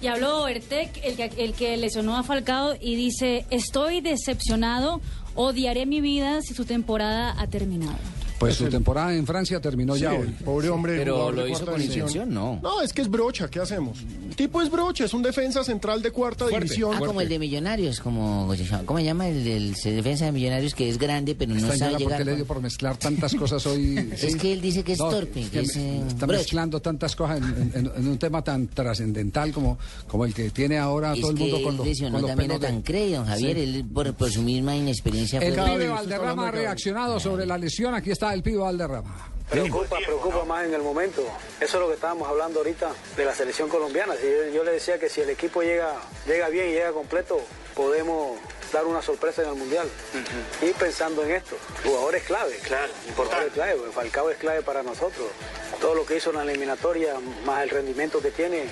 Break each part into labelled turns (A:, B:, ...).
A: Y habló Ertec, el que, el que lesionó a Falcao, y dice, estoy decepcionado, odiaré mi vida si su temporada ha terminado.
B: Pues su temporada en Francia terminó ya hoy.
C: Pobre hombre.
D: Pero
C: jugador de
D: lo hizo
C: cuarta
D: con
C: división.
D: intención, no.
C: No, es que es brocha, ¿qué hacemos? El tipo es brocha, es un defensa central de cuarta división.
E: Ah, como el de Millonarios, como ¿cómo se llama el, del se- defensa de Millonarios que es grande pero no sabe
B: Estangela, ¿por
E: llegar?
B: qué le dio por mezclar tantas cosas hoy?
E: Es que él dice que es torpe,
B: es
E: que es,
B: me-
E: eh,
B: está
E: broche.
B: mezclando tantas cosas en, en- en un tema tan trascendental como, como el que tiene ahora
E: es
B: todo el
E: que
B: mundo con
E: él
B: los,
E: lesionó
B: con los
E: también a
B: pelos de-
E: Tancredi, don Javier, él por, por su misma inexperiencia.
B: El
E: fue-
C: Cada
B: pibe
C: vez, está
B: Valderrama ha
C: hablando de cada
B: reaccionado sobre la lesión. Aquí está el pibe Valderrama.
F: Preocupa, preocupa más en el momento. Eso es lo que estábamos hablando ahorita de la selección colombiana. Si yo, yo le decía que si el equipo llega, llega bien y llega completo, podemos dar una sorpresa en el Mundial. Y pensando en esto, jugadores clave. Claro, importante. Clave, porque Falcao es clave para nosotros. Todo lo que hizo en la eliminatoria, más el rendimiento que tiene,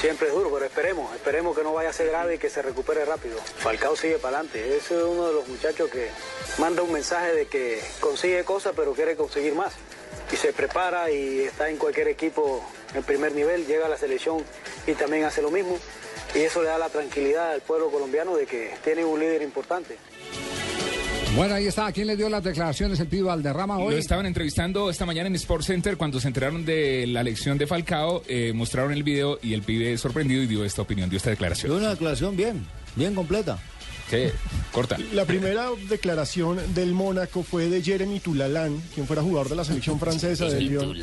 F: siempre es duro, pero esperemos, esperemos que no vaya a ser grave y que se recupere rápido. Falcao sigue para adelante. Ese es uno de los muchachos que manda un mensaje de que consigue cosas, pero quiere conseguir más y se prepara y está en cualquier equipo en primer nivel, llega a la selección y también hace lo mismo. Y eso le da la tranquilidad al pueblo colombiano de que tiene un líder importante.
B: Bueno, ahí está. ¿Quién le dio las declaraciones el pibe Valderrama
G: Lo
B: hoy?
G: estaban entrevistando esta mañana en Sports Center cuando se enteraron de la elección de Falcao, eh, mostraron el video y el pibe sorprendido y dio esta opinión, dio esta declaración.
D: una declaración bien, bien completa.
G: Sí, corta.
C: La primera declaración del Mónaco fue de Jeremy Tulalán, quien fuera jugador de la selección francesa del Lyon.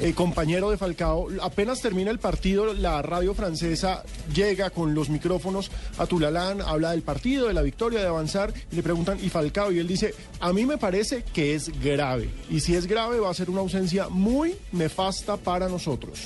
C: eh, compañero de Falcao, apenas termina el partido, la radio francesa llega con los micrófonos a Tulalán, habla del partido, de la victoria, de avanzar, y le preguntan, ¿y Falcao? Y él dice, a mí me parece que es grave, y si es grave va a ser una ausencia muy nefasta para nosotros.